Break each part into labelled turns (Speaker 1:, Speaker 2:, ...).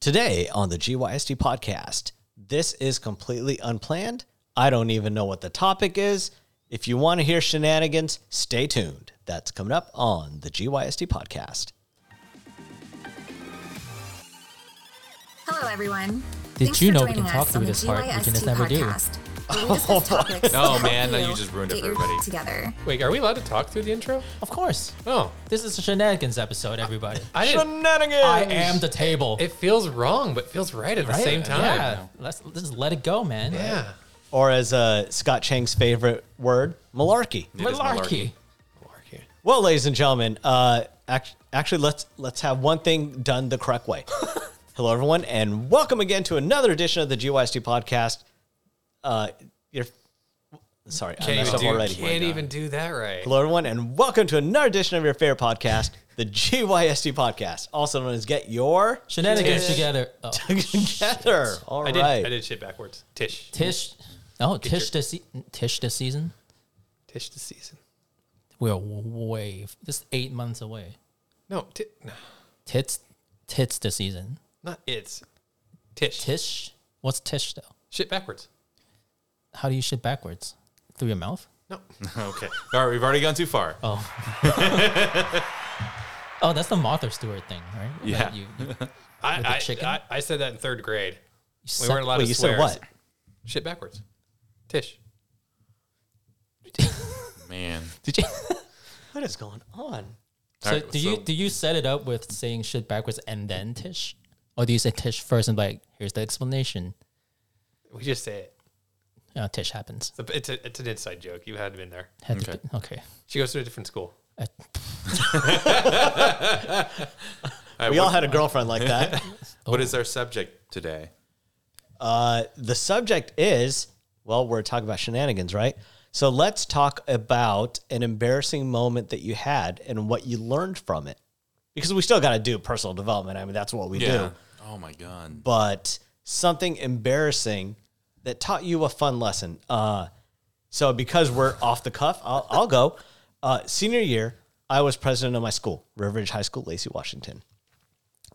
Speaker 1: Today on the GYSD podcast, this is completely unplanned. I don't even know what the topic is. If you want to hear shenanigans, stay tuned. That's coming up on the GYSD podcast.
Speaker 2: Hello, everyone.
Speaker 3: Did
Speaker 2: Thanks
Speaker 3: you
Speaker 2: for
Speaker 3: know we
Speaker 2: joining
Speaker 3: can talk
Speaker 2: us
Speaker 3: through
Speaker 2: on the
Speaker 3: this part? We can
Speaker 2: GYST
Speaker 3: just never do.
Speaker 2: podcast, where we discuss topics
Speaker 4: Oh,
Speaker 2: that
Speaker 4: man,
Speaker 2: help
Speaker 4: now you just ruined it
Speaker 2: get
Speaker 4: for
Speaker 2: your
Speaker 4: everybody.
Speaker 2: Together.
Speaker 4: Wait, are we allowed to talk through the intro?
Speaker 3: Of course.
Speaker 4: Oh,
Speaker 3: This is a shenanigans episode, everybody.
Speaker 4: I didn't.
Speaker 1: Shenanigans!
Speaker 3: I am the table.
Speaker 4: It feels wrong, but feels right at the
Speaker 3: Right?
Speaker 4: same time.
Speaker 3: Yeah. Let's, let's just let it go, man.
Speaker 4: Yeah.
Speaker 1: Or as uh, Scott Chang's favorite word, malarkey.
Speaker 4: It is
Speaker 3: Malarkey.
Speaker 4: malarkey.
Speaker 1: Well, ladies and gentlemen, uh, act- actually, let's let's have one thing done the correct way. Hello, everyone, and welcome again to another edition of the GYST podcast. Uh, you're sorry, I
Speaker 4: Can't,
Speaker 1: messed
Speaker 4: even
Speaker 1: up
Speaker 4: do,
Speaker 1: already.
Speaker 4: can't even do that right.
Speaker 1: Hello, everyone, and welcome to another edition of your favorite podcast, the GYST podcast, also known as Get Your
Speaker 3: Shenanigans
Speaker 4: Tish.
Speaker 3: together. Oh,
Speaker 1: Together. All right.
Speaker 4: I did. I did shit backwards. Tish.
Speaker 3: Tish. Oh, Tish this, se- Tish this season.
Speaker 4: Tish the season.
Speaker 3: We're way, just eight months away.
Speaker 4: No, ti- no,
Speaker 3: Tits, tits this season.
Speaker 4: not it's. Tish.
Speaker 3: Tish. What's Tish though?
Speaker 4: Shit backwards.
Speaker 3: How do you shit backwards? Through your mouth?
Speaker 4: No.
Speaker 5: Okay. All right, we've already gone too far.
Speaker 3: Oh, that's the Martha Stewart thing, right?
Speaker 5: Yeah.
Speaker 3: That You, you, you
Speaker 4: I,
Speaker 3: the
Speaker 4: I,
Speaker 3: chicken?
Speaker 4: I, I said that in third grade. We
Speaker 3: suck-
Speaker 4: weren't allowed
Speaker 1: Wait,
Speaker 4: to
Speaker 1: you
Speaker 4: swear.
Speaker 1: said what?
Speaker 4: Shit backwards. Tish.
Speaker 5: Man.
Speaker 3: Did you?
Speaker 1: What is going on?
Speaker 3: So
Speaker 5: Alright,
Speaker 3: do you
Speaker 5: so-
Speaker 3: do you set it up with saying shit backwards and then Tish, or do you say Tish first and like here's the explanation?
Speaker 4: We just say it.
Speaker 3: Uh, tish happens.
Speaker 4: It's, a, it's, a, it's an inside joke. You had been there.
Speaker 3: Had to
Speaker 5: Okay.
Speaker 3: do- okay.
Speaker 4: She goes to a different school.
Speaker 3: Uh,
Speaker 1: We all had a girlfriend like that.
Speaker 5: What is our subject today?
Speaker 1: Uh, the subject is well, we're talking about shenanigans, right? So let's talk about an embarrassing moment that you had and what you learned from it. Because we still got to do personal development. I mean, that's what we do.
Speaker 5: Oh my god.
Speaker 1: But something embarrassing that taught you a fun lesson. Uh, so because we're off the cuff, I'll, I'll go. Uh, senior year, I was president of my school, Riveridge High School, Lacey, Washington,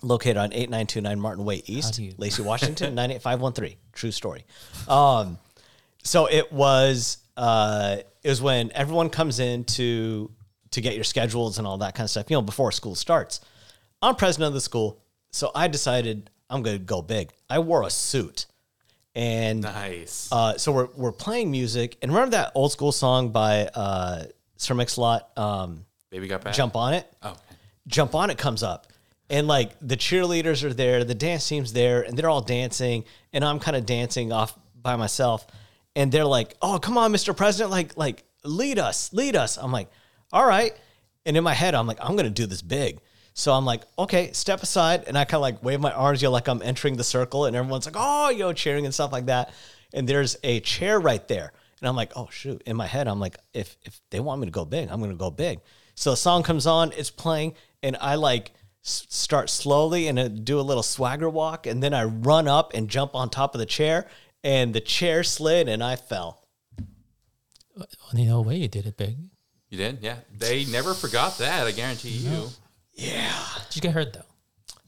Speaker 1: located on 8929 Martin Way East,
Speaker 3: do you-
Speaker 1: Lacey, Washington, 98513. True story. Um, so it was uh, it was when everyone comes in to to get your schedules and all that kind of stuff, you know, before school starts. I'm president of the school, so I decided I'm going to go big. I wore a suit. And
Speaker 5: Nice.
Speaker 1: uh, so we're, we're playing music, and remember that old school song by uh, Sir Mix-a-Lot, um,
Speaker 5: Baby got back.
Speaker 1: "Jump on It."
Speaker 5: Oh.
Speaker 1: Jump on it comes up, and like the cheerleaders are there, the dance team's there, and they're all dancing, and I'm kind of dancing off by myself, and they're like, "Oh, come on, Mr. President, like like lead us, lead us." I'm like, "All right," and in my head, I'm like, "I'm gonna do this big." So I'm like, okay, step aside, and I kind of like wave my arms, you know, like I'm entering the circle, and everyone's like, oh, yo, cheering and stuff like that. And there's a chair right there, and I'm like, oh shoot. In my head, I'm like, if if they want me to go big, I'm gonna go big. So a song comes on, it's playing, and I like s- start slowly and uh, do a little swagger walk, and then I run up and jump on top of the chair, and the chair slid, and I fell.
Speaker 3: only no way you did it big.
Speaker 5: You did? Yeah. They never forgot that, I guarantee you.
Speaker 3: Did you get hurt though?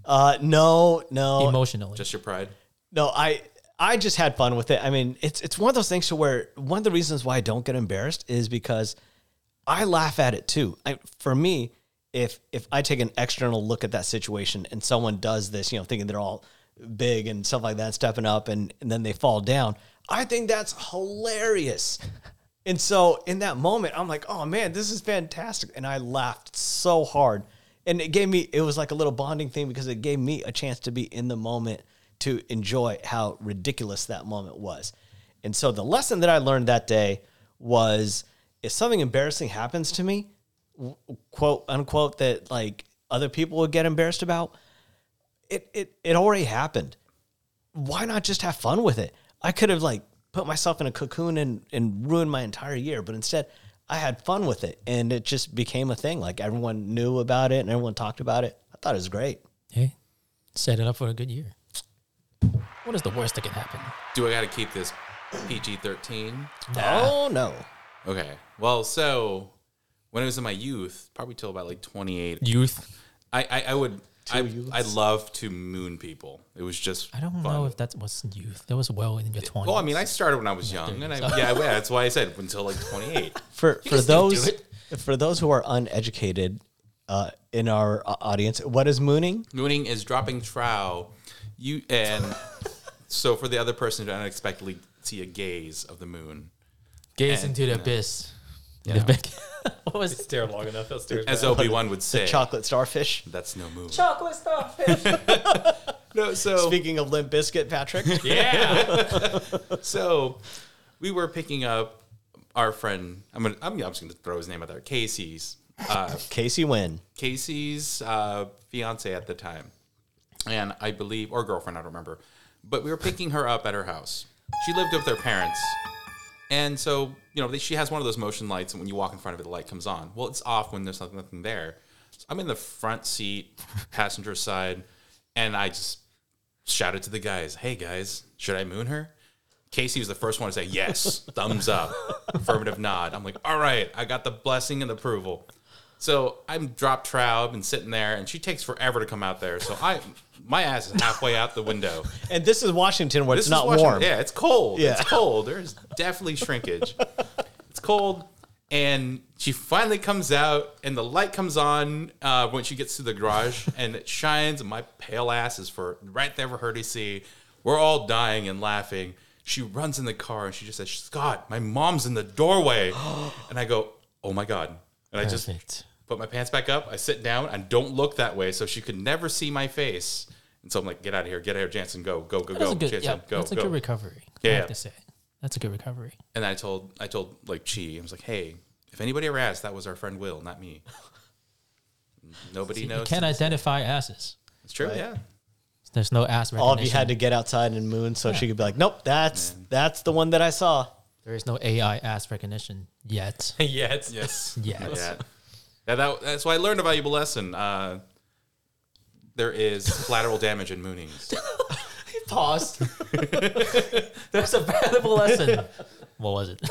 Speaker 1: Uh, no, no,
Speaker 3: Emotionally.
Speaker 5: Just your pride.
Speaker 1: No, I I just had fun with it. I mean, it's it's one of those things to where one of the reasons why I don't get embarrassed is because I laugh at it too. I, for me, if if I take an external look at that situation and someone does this, you know, thinking they're all big and stuff like that, stepping up and, and then they fall down, I think that's hilarious. And so in that moment, I'm like, oh man, this is fantastic. And I laughed so hard. And it gave me, it was like a little bonding thing because it gave me a chance to be in the moment to enjoy how ridiculous that moment was. And so the lesson that I learned that day was if something embarrassing happens to me, w- quote unquote, that like other people would get embarrassed about, it, it, it already happened why not just have fun with it? I could have like put myself in a cocoon and and ruined my entire year, but instead I had fun with it and it just became a thing. Like everyone knew about it and everyone talked about it. I thought it was great.
Speaker 3: hey, set it up for a good year. What is the worst that can happen?
Speaker 5: Do I gotta keep this PG thirteen?
Speaker 1: Oh no.
Speaker 5: Okay. Well, so when I was in my youth, probably till about like twenty eight,
Speaker 3: Youth.
Speaker 5: I, I, I would I,
Speaker 1: you.
Speaker 5: I love to moon people. It was just
Speaker 3: I don't
Speaker 5: fun.
Speaker 3: know if that was youth. That was well in your twenties.
Speaker 5: Well, I mean, I started when I was young, and I yeah, yeah, that's why I said until like 28.
Speaker 1: for for
Speaker 4: just didn't do
Speaker 1: those for those who are uneducated uh, in our uh, audience, what is mooning?
Speaker 5: Mooning is dropping trow. You and so for the other person to unexpectedly see a gaze of the moon
Speaker 3: gaze
Speaker 5: and-
Speaker 3: into the abyss.
Speaker 5: Yeah.
Speaker 3: The big- what was it?
Speaker 4: Stare long enough, he'll stare.
Speaker 5: as
Speaker 4: back.
Speaker 5: Obi Wan would say.
Speaker 1: Chocolate starfish.
Speaker 5: That's no moon.
Speaker 3: chocolate starfish?
Speaker 5: No, so
Speaker 1: Speaking of limp biscuit, Patrick.
Speaker 5: Oh. yeah. so we were picking up our friend. I'm gonna. I'm, I'm just gonna throw his name out there. Casey's. Uh,
Speaker 1: Casey Wynn.
Speaker 5: Casey's uh, fiance at the time, and I believe, or girlfriend, I don't remember, but we were picking her up at her house. She lived with their parents, and so you know they- she has one of those motion lights, and when you walk in front of it, the light comes on. Well, it's off when there's nothing, nothing there. So I'm in the front seat, passenger side, and I just shouted to the guys, "Hey guys, should I moon her?" Casey was the first one to say yes, thumbs up, affirmative nod. I'm like, all right, I got the blessing and approval. So I'm drop trow and sitting there, and she takes forever to come out there. So I, my ass is halfway out the window.
Speaker 1: And this is Washington where
Speaker 5: This
Speaker 1: it's
Speaker 5: is
Speaker 1: not
Speaker 5: Washington-
Speaker 1: warm.
Speaker 5: Yeah, it's cold.
Speaker 1: Yeah.
Speaker 5: It's cold. There's definitely shrinkage. it's cold, and she finally comes out, and the light comes on uh, when she gets to the garage, and it shines. And my pale ass is for right there for her to see. We're all dying and laughing. She runs in the car and she just says, "Scott, my mom's in the doorway," and I go, "Oh my god!" And I just
Speaker 3: Perfect.
Speaker 5: put my pants back up. I sit down and don't look that way, so she could never see my face. And so I'm like, get out of here, get out of here, Jansen, go, go, go,
Speaker 3: That's
Speaker 5: go,
Speaker 3: a good.
Speaker 5: Jansen,
Speaker 3: Yeah,
Speaker 5: go,
Speaker 3: that's a
Speaker 5: go.
Speaker 3: good recovery. I
Speaker 5: Yeah.
Speaker 3: have to say, that's a good recovery.
Speaker 5: and I told, I told like Chi, I was like, hey, if anybody ever asked, that was our friend Will, not me. Nobody
Speaker 3: You
Speaker 5: knows.
Speaker 3: can't identify asses.
Speaker 5: it's true, yeah.
Speaker 3: There's no ass
Speaker 1: All of you
Speaker 3: recognition.
Speaker 1: had to get outside and moon so she could be like, nope, that's that's the one that I saw.
Speaker 3: there is no AI ass recognition yet.
Speaker 4: yeah, it's
Speaker 5: Yes.
Speaker 3: Yes.
Speaker 5: Yeah. Yeah, that, that's why I learned a valuable lesson. Uh, there is collateral damage in moonings.
Speaker 3: Pause. There's a valuable lesson. What was it?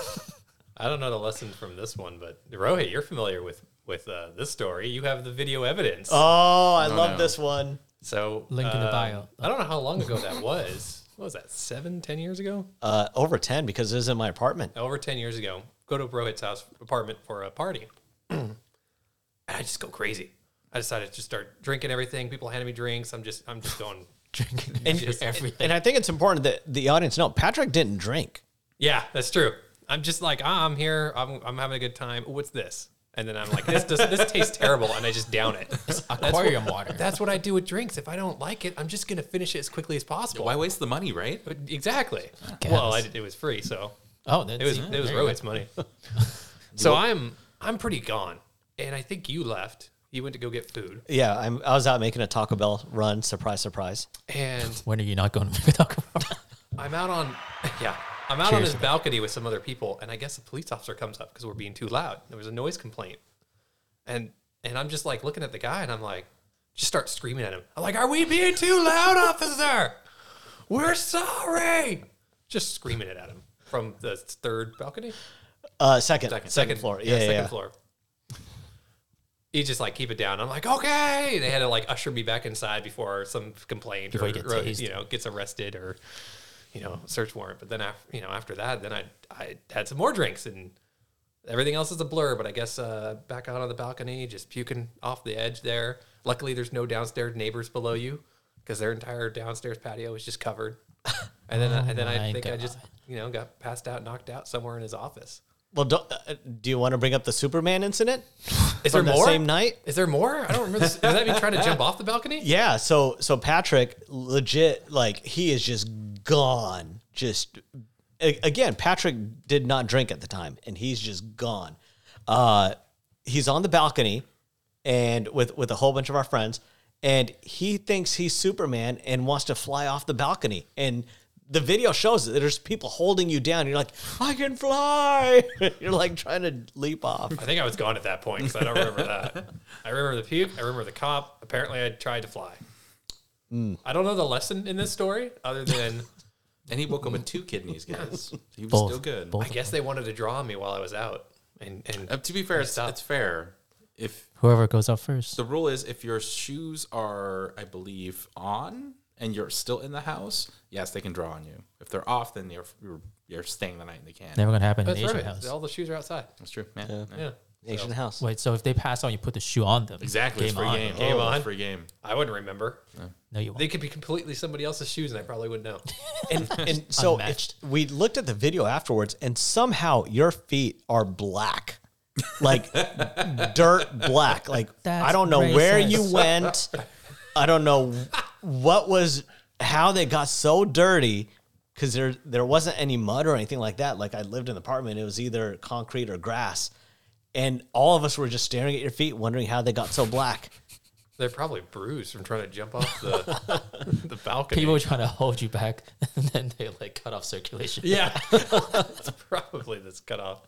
Speaker 4: I don't know the lesson from this one, but Rohit, you're familiar with with uh, this story. You have the video evidence.
Speaker 1: Oh, I
Speaker 5: No,
Speaker 1: love
Speaker 5: no.
Speaker 1: this one.
Speaker 4: so
Speaker 3: Link in the
Speaker 4: um,
Speaker 3: bio.
Speaker 4: I don't know how long ago that was. What was that? Seven, ten years ago?
Speaker 1: Uh, over 10 because it was in my apartment.
Speaker 5: Oh.
Speaker 4: over 10 years ago, go to Rohit's house apartment for a party. and I just go crazy. I decided to start drinking everything. People handing me drinks. I'm just, I'm just going.
Speaker 3: Drinking
Speaker 4: And-
Speaker 3: just everything.
Speaker 1: And I think it's important that the audience know Patrick didn't drink.
Speaker 4: yeah, that's true. I'm just like, ah, I'm here. I'm, I'm having a good time. Ooh, What's this? And then I'm like, this does, this tastes terrible, and I just down it. That's
Speaker 3: aquarium
Speaker 4: what,
Speaker 3: water.
Speaker 4: That's what I do with drinks. If I don't like it, I'm just gonna finish it as quickly as possible.
Speaker 5: Why waste the money, right?
Speaker 4: But exactly.
Speaker 3: guess.
Speaker 4: Well, I, it was free, so
Speaker 3: oh, that's,
Speaker 4: It was
Speaker 3: yeah,
Speaker 4: it was
Speaker 3: there you go.
Speaker 4: Rohit's money. so I'm I'm pretty gone, and I think you left. You went to go get food,
Speaker 1: Yeah, I'm, I was out making a Taco Bell run. Surprise, surprise.
Speaker 4: and
Speaker 3: When are you not going to talk about?
Speaker 4: I'm out on yeah. I'm out on
Speaker 3: Cheers.
Speaker 4: his balcony with some other people, and I guess a police officer comes up because we're being too loud. There was a noise complaint, and and I'm just like looking at the guy, and I'm like, just start screaming at him. I'm like, "Are we being too loud, officer? We're sorry!" Just screaming it at him from the third balcony.
Speaker 1: Uh, second, second,
Speaker 4: second,
Speaker 1: floor. Yeah, yeah,
Speaker 4: second
Speaker 1: yeah.
Speaker 4: floor. He just like keep it down. I'm like, okay. They had to like usher me back inside before some complaint
Speaker 3: Before
Speaker 4: or,
Speaker 3: he gets
Speaker 4: or,
Speaker 3: tased.
Speaker 4: you know gets arrested or you know search warrant. But then after you know after that, then I I had some more drinks and everything else is a blur. But I guess uh, back out on the balcony, just puking off the edge there. Luckily, there's no downstairs neighbors below you because their entire downstairs patio is just covered. And then I- and then
Speaker 3: Oh my
Speaker 4: I think I just
Speaker 3: God.
Speaker 4: you know got passed out, knocked out somewhere in his office.
Speaker 1: Well, don't, uh, do you want to bring up the Superman incident?
Speaker 4: Is
Speaker 1: From that
Speaker 4: there more?
Speaker 1: same night?
Speaker 4: Is there more? I don't remember. This. Does that mean trying to jump off the balcony?
Speaker 1: Yeah, so so Patrick legit like he is just gone. Just a- again, Patrick did not drink at the time and he's just gone. Uh he's on the balcony and with with a whole bunch of our friends and he thinks he's Superman and wants to fly off the balcony and the video shows that there's people holding you down. You're like, I can fly. You're like trying to leap off.
Speaker 4: I think I was gone at that point because I don't remember that. I remember the puke. I remember the cop. Apparently, I tried to fly.
Speaker 1: Hmm.
Speaker 4: I don't know the lesson in this story other than
Speaker 5: And he woke up with two kidneys, guys. He was
Speaker 3: Both.
Speaker 5: still good.
Speaker 3: Both.
Speaker 4: I guess they wanted to draw on me while I was out. And, and
Speaker 5: Uh, to be fair, it's,
Speaker 4: Stop.
Speaker 5: it's fair. if
Speaker 3: Whoever goes out first.
Speaker 5: the rule is if your shoes are, I believe, on and you're still in the house, yes, they can draw on you. If they're off, then you're you're, you're staying the night in the can.
Speaker 3: Never gonna happen in
Speaker 4: That's
Speaker 3: Asian
Speaker 4: right.
Speaker 3: house.
Speaker 4: All the shoes are outside.
Speaker 1: Hmm.
Speaker 5: That's true. Yeah. yeah.
Speaker 4: Yeah.
Speaker 1: Asian house.
Speaker 3: Wait, so if they pass out, you put the shoe on them.
Speaker 5: Exactly. it's free
Speaker 3: on.
Speaker 5: game.
Speaker 4: Game
Speaker 5: Oh, it's
Speaker 4: on.
Speaker 5: Free game.
Speaker 4: I wouldn't remember.
Speaker 1: Uh-huh.
Speaker 3: No, you won't.
Speaker 4: They could be completely somebody else's shoes, and I probably wouldn't know.
Speaker 1: And, and so if
Speaker 3: Unmatched.
Speaker 1: we looked at the video afterwards, and somehow your feet are black, like dirt black. Like
Speaker 3: That's
Speaker 1: I don't know where
Speaker 3: racist.
Speaker 1: you went. I don't know what was how they got so dirty because there there wasn't any mud or anything like that. Like I lived in an apartment, it was either concrete or grass, and all of us were just staring at your feet, wondering how they got so black.
Speaker 4: They're probably bruised from trying to jump off the the balcony.
Speaker 3: People trying to hold you back, and then they like cut off circulation.
Speaker 4: Yeah. it's probably this cutoff.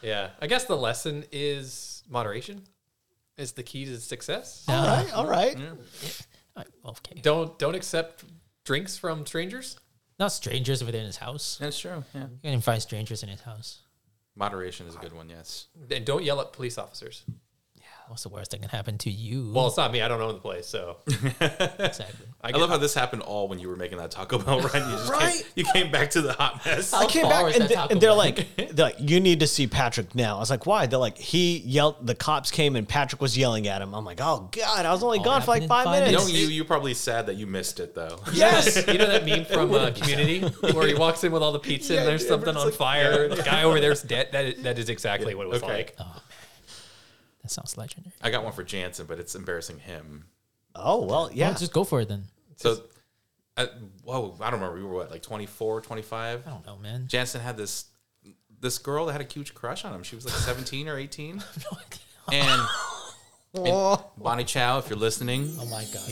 Speaker 4: Yeah. I guess the lesson is moderation is the key to success.
Speaker 1: All right, all right.
Speaker 3: I- Okay.
Speaker 4: Don't don't accept drinks from strangers.
Speaker 3: Not strangers within his house.
Speaker 5: That's true. Yeah.
Speaker 3: You can find strangers in his house.
Speaker 5: Moderation is a good one. Yes.
Speaker 4: And don't yell at police officers.
Speaker 3: What's the worst that can happen to you?
Speaker 4: Well, it's not me. I don't own the place, so
Speaker 3: exactly.
Speaker 5: I, love how this happened all when you were making that Taco Bell run. You just
Speaker 1: Right?
Speaker 5: came, you came back to the hot mess.
Speaker 1: I came
Speaker 3: far
Speaker 1: back
Speaker 3: is
Speaker 1: and,
Speaker 3: that
Speaker 1: they-
Speaker 3: Taco
Speaker 1: and they're
Speaker 3: Bell?
Speaker 1: like, they're like, you need to see Patrick now. I was like, why? They're like, he yelled, the cops came and Patrick was yelling at him. I'm like, oh God, I was only gone for
Speaker 3: happened
Speaker 1: like
Speaker 3: in
Speaker 1: five,
Speaker 3: five
Speaker 5: You
Speaker 1: minutes.
Speaker 5: know, you you probably sad that you missed it though.
Speaker 1: Yes.
Speaker 4: you know that meme from uh, Community where he walks in with all the pizza and there's something on fire. The guy over there's dead. That is, that is exactly what it was
Speaker 5: Okay.
Speaker 4: like.
Speaker 3: That sounds legendary.
Speaker 5: I got one for Jansen, but it's embarrassing him.
Speaker 1: oh, well,
Speaker 3: Yeah.
Speaker 1: yeah.
Speaker 3: just go for it then.
Speaker 5: So, I, whoa, I don't remember. We were what, like 24, 25?
Speaker 3: I don't know, man.
Speaker 5: Jansen had this this girl that had a huge crush on him. She was like 17 or 18.
Speaker 3: No idea.
Speaker 5: And, and Bonnie Chow, if you're listening,
Speaker 3: Oh my god.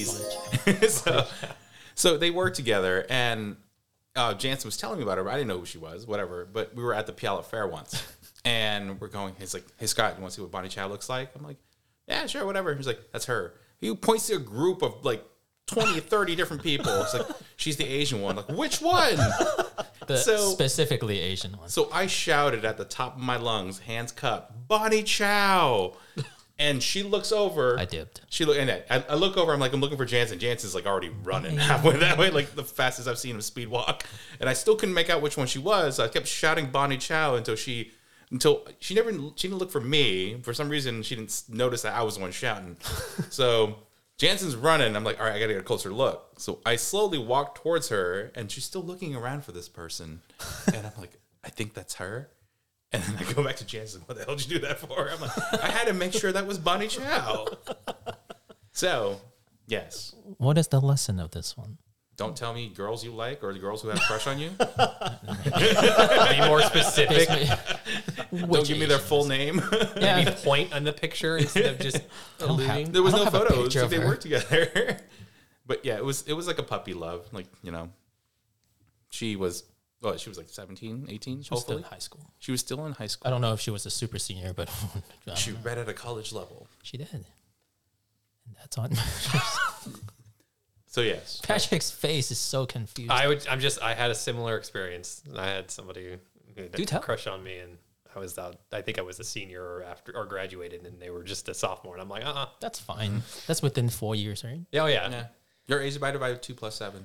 Speaker 3: Bonnie.
Speaker 5: so, so they worked together, and uh, Jansen was telling me about her. But I didn't know who she was, whatever. But we were at the Puyallup Fair once, and we're going. He's like, "Hey Scott, you want to see what Bonnie Chow looks like?" I'm like, "Yeah, sure, whatever." He's like, "That's her." He points to a group of like 20, 30 different people. It's like she's the Asian one. Like which one?
Speaker 3: The
Speaker 5: So-
Speaker 3: specifically Asian ones.
Speaker 5: So I shouted at the top of my lungs, hands cupped, Bonnie Chow. And she looks over.
Speaker 3: I dipped.
Speaker 5: She look and I, I look over. I'm like, I'm looking for Jansen. Jansen's like already running halfway that way, like the fastest I've seen him speed walk. And I still couldn't make out which one she was. I kept shouting Bonnie Chow until she, until she never, she didn't look for me for some reason. She didn't s- notice that I was the one shouting. so Jansen's running. I'm like, all right, I gotta get a closer look. So I slowly walk towards her, and she's still looking around for this person. And I'm like, I think that's her. And then I go back to Jansen. What the hell did you do that for? I'm like, I had to make sure that was Bonnie Chow. So, yes.
Speaker 3: What is the lesson of this one?
Speaker 5: Don't tell me girls you like or the girls who have a crush on you.
Speaker 4: Be more specific.
Speaker 5: Don't give me their full name.
Speaker 4: Maybe point on the picture instead of just alluding.
Speaker 5: there was
Speaker 3: I
Speaker 5: no
Speaker 3: don't have a
Speaker 5: photos.
Speaker 3: picture of
Speaker 5: They
Speaker 3: her.
Speaker 5: worked together. but yeah, it was it was like a puppy love. Like, you know, she was well, she was like 17, 18,
Speaker 3: Still in
Speaker 5: hopefully.
Speaker 3: high school.
Speaker 5: She was still in high school.
Speaker 3: I don't know if she was a super senior, but I don't
Speaker 5: She
Speaker 3: know.
Speaker 5: read at a college level.
Speaker 3: she did. And that's on
Speaker 5: So yes.
Speaker 3: Patrick's face is so confused.
Speaker 4: I would. I'm just. I had a similar experience. I had somebody who had
Speaker 3: Do
Speaker 4: a
Speaker 3: tell.
Speaker 4: crush on me, and I was out. I think I was a senior or after or graduated, and they were just a sophomore. And I'm like, uh, uh
Speaker 3: that's fine. That's within four years, right?
Speaker 4: yeah, oh yeah.
Speaker 5: Yeah. Your age divided by two plus seven.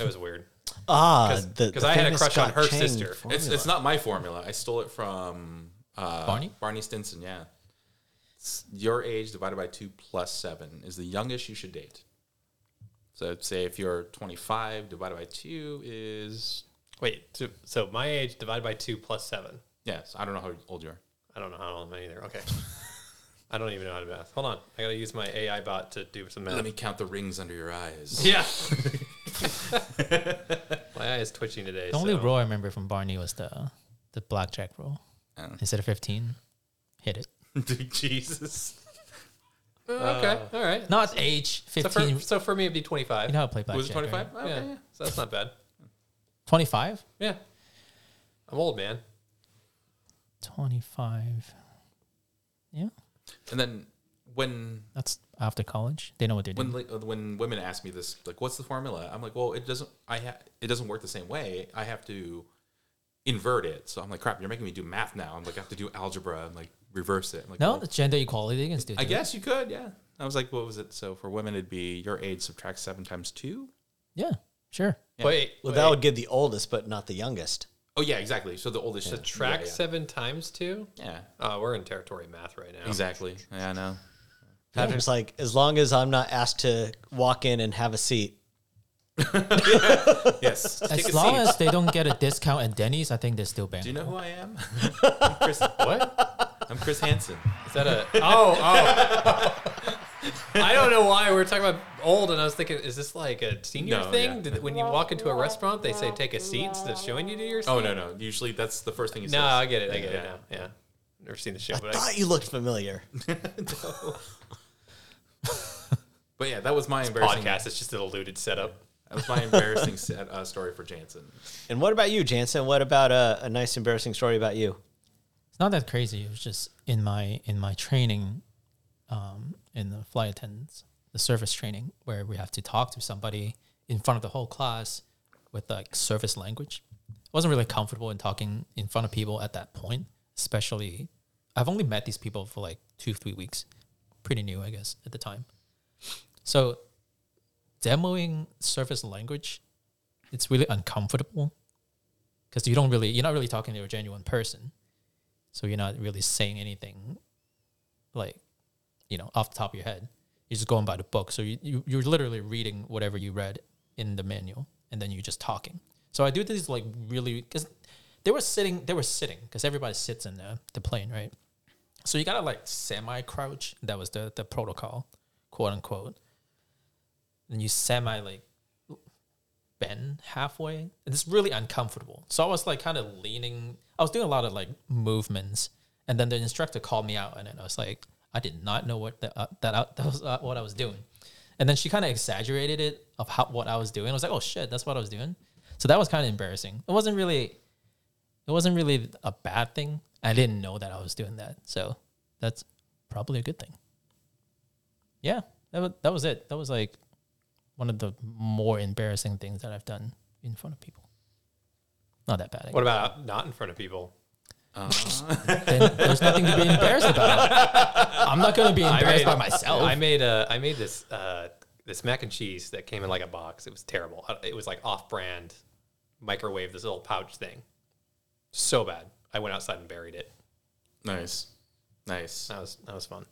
Speaker 4: It was weird.
Speaker 1: ah,
Speaker 4: 'Cause-
Speaker 1: the-
Speaker 4: 'cause
Speaker 1: the
Speaker 4: I had a
Speaker 1: famous
Speaker 4: crush on
Speaker 1: Scott
Speaker 4: her
Speaker 1: Chang
Speaker 4: sister. It's-
Speaker 5: It's
Speaker 1: formula.
Speaker 5: it's not my formula. I stole it from uh,
Speaker 3: Barney?
Speaker 5: Barney Stinson. Yeah, It's your age divided by two plus seven is the youngest you should date. So say if you're 25 divided by two is
Speaker 4: Wait. So, so my age divided by two plus seven.
Speaker 5: yes. I don't know how old you are.
Speaker 4: I don't know how old I'm either. Okay. I don't even know how to math. Hold on. I gotta use my AI bot to do some math.
Speaker 5: Let me count the rings under your eyes.
Speaker 4: yeah. my eye is twitching today.
Speaker 3: The only
Speaker 4: so-
Speaker 3: role I remember from Barney was the the blackjack role.
Speaker 5: Oh.
Speaker 3: Instead of fifteen, hit it.
Speaker 5: Jesus.
Speaker 4: Oh, okay. All right.
Speaker 3: Not age
Speaker 4: So for,
Speaker 3: fifteen.
Speaker 4: so for me, it'd be 25.
Speaker 3: you know how to play blackjack.
Speaker 5: Was it 25?
Speaker 3: Right?
Speaker 5: Okay,
Speaker 4: yeah.
Speaker 5: yeah.
Speaker 4: So that's not bad.
Speaker 3: Twenty-five.
Speaker 4: Yeah. I'm old, man.
Speaker 3: Twenty-five. Yeah,
Speaker 5: And then when
Speaker 3: that's after college. They know what they're doing.
Speaker 5: when like, uh, when women ask me this, like, what's the formula? I'm like, well, it doesn't. I ha- it doesn't work the same way. I have to invert it. So I'm like, crap, you're making me do math now. I'm like, I have to do algebra. I'm like, reverse it. I'm like,
Speaker 3: No,
Speaker 5: well,
Speaker 3: the gender equality they can still. Do
Speaker 5: I
Speaker 3: it.
Speaker 5: guess you could. Yeah. I was like, what was it? So for women, it'd be your age subtract seven times two.
Speaker 3: Yeah, sure.
Speaker 4: Wait,
Speaker 1: Well,
Speaker 4: wait.
Speaker 1: that would give the oldest, but not the youngest.
Speaker 5: Oh yeah, exactly. So the oldest should
Speaker 4: track
Speaker 5: yeah, yeah.
Speaker 4: seven times two.
Speaker 5: Yeah.
Speaker 4: Uh, we're in territory math right
Speaker 5: Oh.
Speaker 4: now.
Speaker 5: Exactly. Yeah, I know.
Speaker 1: Patrick's like, as long as I'm not asked to walk in and have a seat,
Speaker 5: Yes. Take a
Speaker 3: As long
Speaker 5: seat.
Speaker 3: as they don't get a discount at Denny's, I think they're still banned.
Speaker 5: Do you know who I am?
Speaker 4: Chris, what
Speaker 5: I'm Chris Hansen.
Speaker 4: is that? A oh oh. I don't know why we're talking about old, and I was thinking, is this like a senior
Speaker 5: No,
Speaker 4: thing?
Speaker 5: yeah.
Speaker 4: Did, when you walk into a restaurant, they say take a seat instead of showing you to your seat.
Speaker 5: Oh no, no. Usually that's the first thing you say.
Speaker 4: no, I get it. I get
Speaker 5: Yeah.
Speaker 4: it now. Yeah, never seen the show, but I,
Speaker 1: thought you looked familiar.
Speaker 5: But yeah, that was my embarrassing.
Speaker 4: podcast. It's just an eluded setup.
Speaker 5: That was my embarrassing set, uh, story for Jansen.
Speaker 1: And what about you, Jansen? What about a, a nice, embarrassing story about you?
Speaker 3: It's not that crazy. It was just in my in my training, um, in the flight attendants, the service training, where we have to talk to somebody in front of the whole class with like service language. I wasn't really comfortable in talking in front of people at that point, especially. I've only met these people for like two three weeks, pretty new, I guess, at the time. So, demoing service language, it's really uncomfortable because you don't really you're not really talking to a genuine person so you're not really saying anything like you know off the top of your head you're just going by the book so you, you you're literally reading whatever you read in the manual and then you're just talking so i do these like really because they were sitting they were sitting because everybody sits in the, the plane right so you gotta like semi crouch that was the the protocol quote unquote and you semi like bend halfway. And it's really uncomfortable. So I was like kind of leaning. I was doing a lot of like movements, and then the instructor called me out, and then I was like, I did not know what the, uh, that out that was uh, what I was doing. And then she kind of exaggerated it of how what I was doing. I was like, oh shit, that's what I was doing. So that was kind of embarrassing. It wasn't really, it wasn't really a bad thing. I didn't know that I was doing that, so that's probably a good thing. Yeah, that was, that was it. That was like one of the more embarrassing things that I've done in front of people. Not that bad. I
Speaker 4: What about not in front of people?
Speaker 3: guess. Then there's nothing to be embarrassed about. I'm not going to be embarrassed by myself.
Speaker 4: I made a, I made this uh, this mac and cheese that came in like a box. It was terrible. I- It was like off brand microwave, this little pouch thing. So bad. I went outside and buried it.
Speaker 5: Nice. Nice.
Speaker 4: That was that was fun.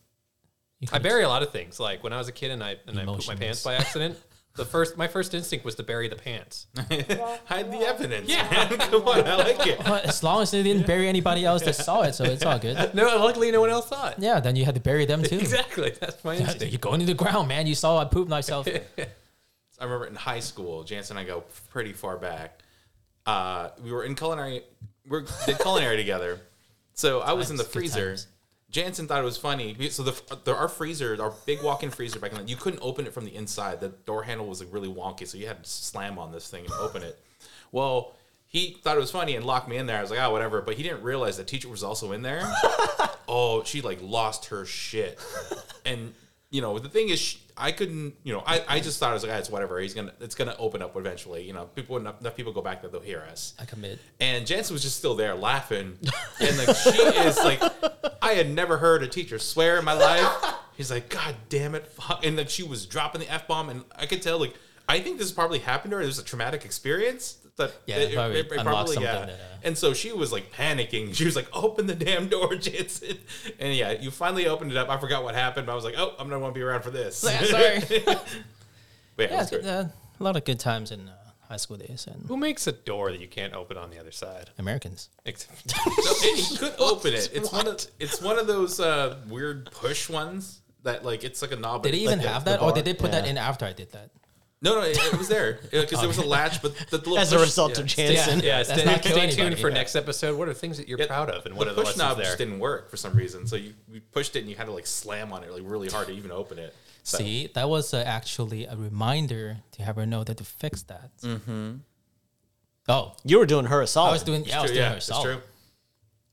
Speaker 3: You
Speaker 4: I
Speaker 3: could've-
Speaker 4: bury a lot of things. Like when I was a kid and I and I pooped my
Speaker 3: Emotionless.
Speaker 4: pants by accident. The first, my first instinct was to bury the pants.
Speaker 5: Hide the evidence.
Speaker 4: Yeah, come on, I like it.
Speaker 3: But as long as they didn't bury anybody else that saw it, so it's all good.
Speaker 4: No, luckily no one else saw it.
Speaker 3: Yeah, then you had to bury them too.
Speaker 4: Exactly, that's my
Speaker 3: Yeah,
Speaker 4: instinct.
Speaker 3: You're going to the ground, man. You saw I pooped myself.
Speaker 5: I remember in high school, Jansen and I go pretty far back. Uh, we were in culinary, we are did culinary together. So I was in the
Speaker 3: Times, good
Speaker 5: freezer.
Speaker 3: times.
Speaker 5: Jansen thought it was funny. We- So the, the our freezer, our big walk-in freezer back in the, you couldn't open it from the inside. The door handle was like really wonky, so you had to slam on this thing and open it. Well, he thought it was funny and locked me in there. I was like, oh, whatever. But he didn't realize the teacher was also in there. oh, she like lost her shit. And you know, the thing is, she, I couldn't. You know, I, I just thought I was like, ah, it's whatever. He's gonna it's gonna open up eventually. You know, people enough, enough people go back that they'll hear us.
Speaker 3: I commit.
Speaker 5: And Jansen was just still there laughing, and like she is like, I had never heard a teacher swear in my life. He's like, God damn it, fuck. and like she was dropping the f bomb, and I could tell like I think this probably happened to her. It was a traumatic experience. That
Speaker 3: Yeah, it probably unlocked something that, uh,
Speaker 5: and so she was like panicking. She was like, "Open the damn door, Jansen!" And yeah, you finally opened it up. I forgot what happened, but I was like, "Oh, I'm not going to be around for this."
Speaker 3: Yeah, sorry.
Speaker 5: But yeah, it
Speaker 3: Yeah,
Speaker 5: was
Speaker 3: it's good,
Speaker 5: great.
Speaker 3: uh, a lot of good times in uh, high school days and
Speaker 4: Who makes a door that you can't open on the other side?
Speaker 3: Americans.
Speaker 4: Except
Speaker 5: No, it, you could open it. It's one of it's one of those uh, weird push ones that like it's like a knob.
Speaker 3: Did they
Speaker 5: Like,
Speaker 3: even
Speaker 5: the-
Speaker 3: have
Speaker 5: the
Speaker 3: that, or
Speaker 5: bar-
Speaker 3: did they put that in after I did that?
Speaker 5: No, no, it, it was there because there was a latch, but the, the little
Speaker 1: As a
Speaker 5: push-
Speaker 1: result of Jansen,
Speaker 4: Yeah,
Speaker 3: That's
Speaker 4: stay,
Speaker 3: not
Speaker 4: stay
Speaker 3: killing
Speaker 4: tuned
Speaker 3: anybody,
Speaker 4: for
Speaker 3: yeah.
Speaker 4: next episode. What are things that you're proud of, and what are
Speaker 5: the
Speaker 4: the
Speaker 5: push
Speaker 4: lessons
Speaker 5: knob
Speaker 4: there?
Speaker 5: just didn't work for some reason. So you, you pushed it and you had to like slam on it like really hard to even open it. So,
Speaker 3: See, that was uh, actually a reminder to have her know that to fix that. Mm-hmm. Oh,
Speaker 1: You were doing her a solid.
Speaker 3: I was doing. Yeah, I was
Speaker 5: true,
Speaker 3: doing
Speaker 5: yeah,
Speaker 3: her
Speaker 5: it's
Speaker 3: solid.
Speaker 5: true.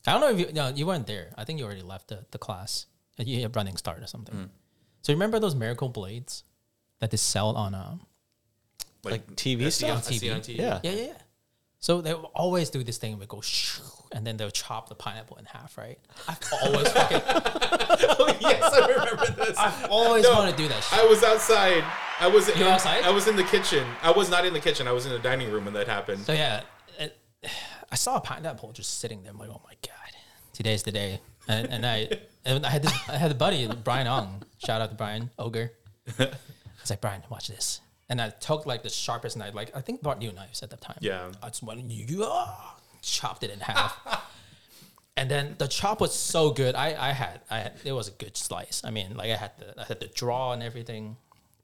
Speaker 3: I don't know if you. No, you weren't there. I think you already left the, the class. Uh, You had running start or something.
Speaker 5: Mm.
Speaker 3: So remember those miracle blades that they sell on? Um,
Speaker 1: Like TV
Speaker 5: I see on-
Speaker 1: stuff?
Speaker 5: I see on
Speaker 3: TV.
Speaker 5: TV.
Speaker 1: yeah.
Speaker 3: yeah, yeah, yeah. So they will always do this thing where it goes, shoo, and then they'll chop the pineapple in half, right? I've always fucking,
Speaker 5: Oh, yes, I remember this. I
Speaker 3: always want to do that shit.
Speaker 5: I was outside. I was
Speaker 3: You were outside?
Speaker 5: I was in the kitchen. I was not in the kitchen. I was in the dining room when that happened.
Speaker 3: So yeah, it, I saw a pineapple just sitting there. I'm like, oh my god, today's the day. And, and I and I had this, I had a buddy Brian Ong. Shout out to Brian Ogre. I was like, Brian, watch this. And I took like the sharpest knife, like I think bought new knives at the time.
Speaker 5: Yeah.
Speaker 3: I just went, yeah, chopped it in half. and then the chop was so good. I, I had I had, it was a good slice. I mean, like I had the I had the draw and everything,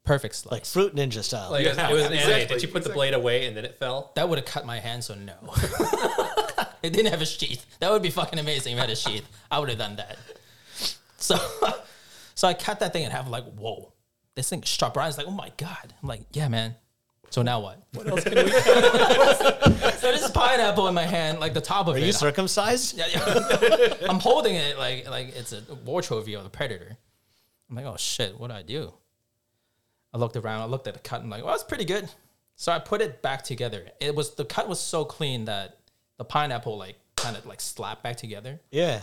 Speaker 3: perfect slice.
Speaker 1: like fruit ninja style.
Speaker 4: Like, it was- it was an anime.
Speaker 5: Exactly,
Speaker 4: Did you put the blade away and then it fell?
Speaker 3: That would have cut my hand, so no. it didn't have a sheath. That would be fucking amazing if it had a sheath. I would have done that. So so I cut that thing and have like, whoa, this thing sharp. Brian's like, oh my God. I'm like, yeah, man. So now what? What else can we So this pineapple in my hand, like the top of
Speaker 1: Are
Speaker 3: it.
Speaker 1: you circumcised?
Speaker 3: Yeah, yeah. I'm holding it like like it's a war trophy of the predator. I'm like, oh shit, what do I do? I looked around, I looked at the cut, and like, well, that's pretty good. So I put it back together. It was the cut was so clean that the pineapple like kind of like slapped back together.
Speaker 1: Yeah.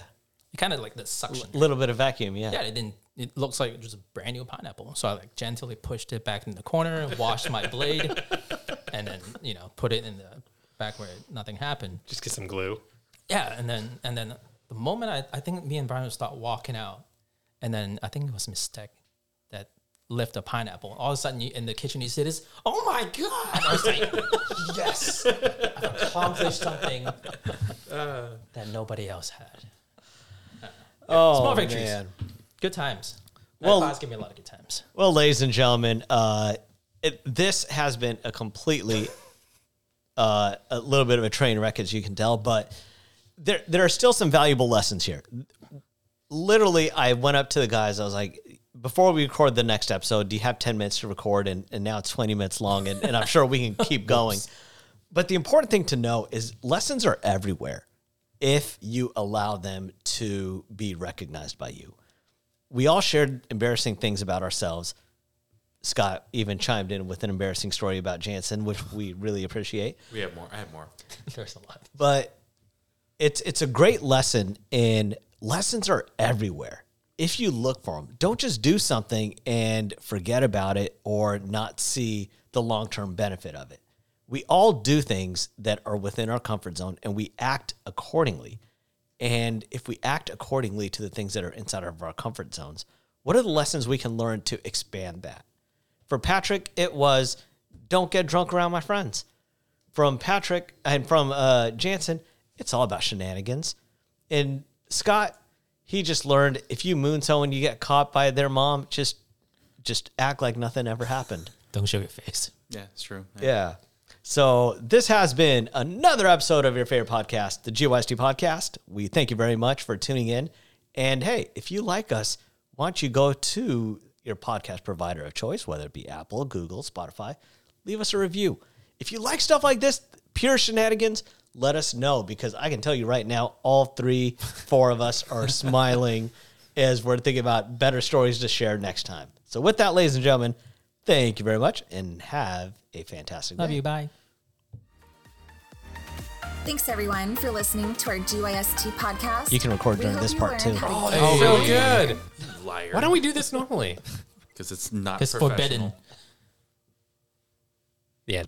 Speaker 3: It kind of like the suction.
Speaker 1: A little bit of vacuum. Yeah.
Speaker 3: Yeah, it didn't. It looks like it was a brand new pineapple. So I like gently pushed it back in the corner, washed my blade, and then you know put it in the back where nothing happened.
Speaker 4: Just get some glue.
Speaker 3: Yeah, and then and then the moment I, I think me and Brian would start walking out, and then I think it was a mistake that left a pineapple. All of a sudden, you, in the kitchen, you see this. Oh my god! I was like, yes, I've accomplished something
Speaker 1: Uh.
Speaker 3: that nobody else had.
Speaker 1: Oh
Speaker 3: Small victories.
Speaker 1: man.
Speaker 3: Good times.
Speaker 1: Well-
Speaker 3: Well, class gave me a lot of good times.
Speaker 1: Well, ladies and gentlemen, uh, it, this has been a completely uh, a little bit of a train wreck, as you can tell, but there there are still some valuable lessons here. Literally, I went up to the guys. I was like, before we record the next episode, do you have ten minutes to record? And, and now it's twenty minutes long, and, and I'm sure we can keep going. But the important thing to know is lessons are everywhere if you allow them to be recognized by you we all shared embarrassing things about ourselves. Scott even chimed in with an embarrassing story about Jansen, which we really appreciate.
Speaker 5: We have more. I have more.
Speaker 3: There's a lot.
Speaker 1: But it's it's a great lesson in lessons are everywhere. If you look for them, don't just do something and forget about it or not see the long-term benefit of it. We all do things that are within our comfort zone and we act accordingly. And if we act accordingly to the things that are inside of our comfort zones, what are the lessons we can learn to expand that? For Patrick, it was don't get drunk around my friends. From Patrick and from uh, Jansen, it's all about shenanigans. And Scott, he just learned if you moon someone, you get caught by their mom. Just, just act like nothing ever happened.
Speaker 3: Don't show your face.
Speaker 5: Yeah, it's true.
Speaker 1: Yeah. So this has been another episode of your favorite podcast, the GYST podcast. We thank you very much for tuning in. And hey, if you like us, why don't you go to your podcast provider of choice, whether it be Apple, Google, Spotify, leave us a review. If you like stuff like this, pure shenanigans, let us know because I can tell you right now, all three, four of us are smiling as we're thinking about better stories to share next time. So with that, ladies and gentlemen, Thank you very much and have a fantastic
Speaker 3: Love
Speaker 1: day.
Speaker 3: you. Bye.
Speaker 2: Thanks everyone for listening to our GYST podcast.
Speaker 1: You can record
Speaker 2: We
Speaker 1: during
Speaker 2: hope
Speaker 1: this
Speaker 2: you
Speaker 1: part,
Speaker 2: learned
Speaker 1: too.
Speaker 2: how to
Speaker 4: Oh,
Speaker 2: use
Speaker 4: that's so good.
Speaker 5: Liar.
Speaker 4: Why don't we do this normally?
Speaker 5: Because it's not.
Speaker 3: It's
Speaker 5: professional.
Speaker 3: forbidden.
Speaker 4: Yeah.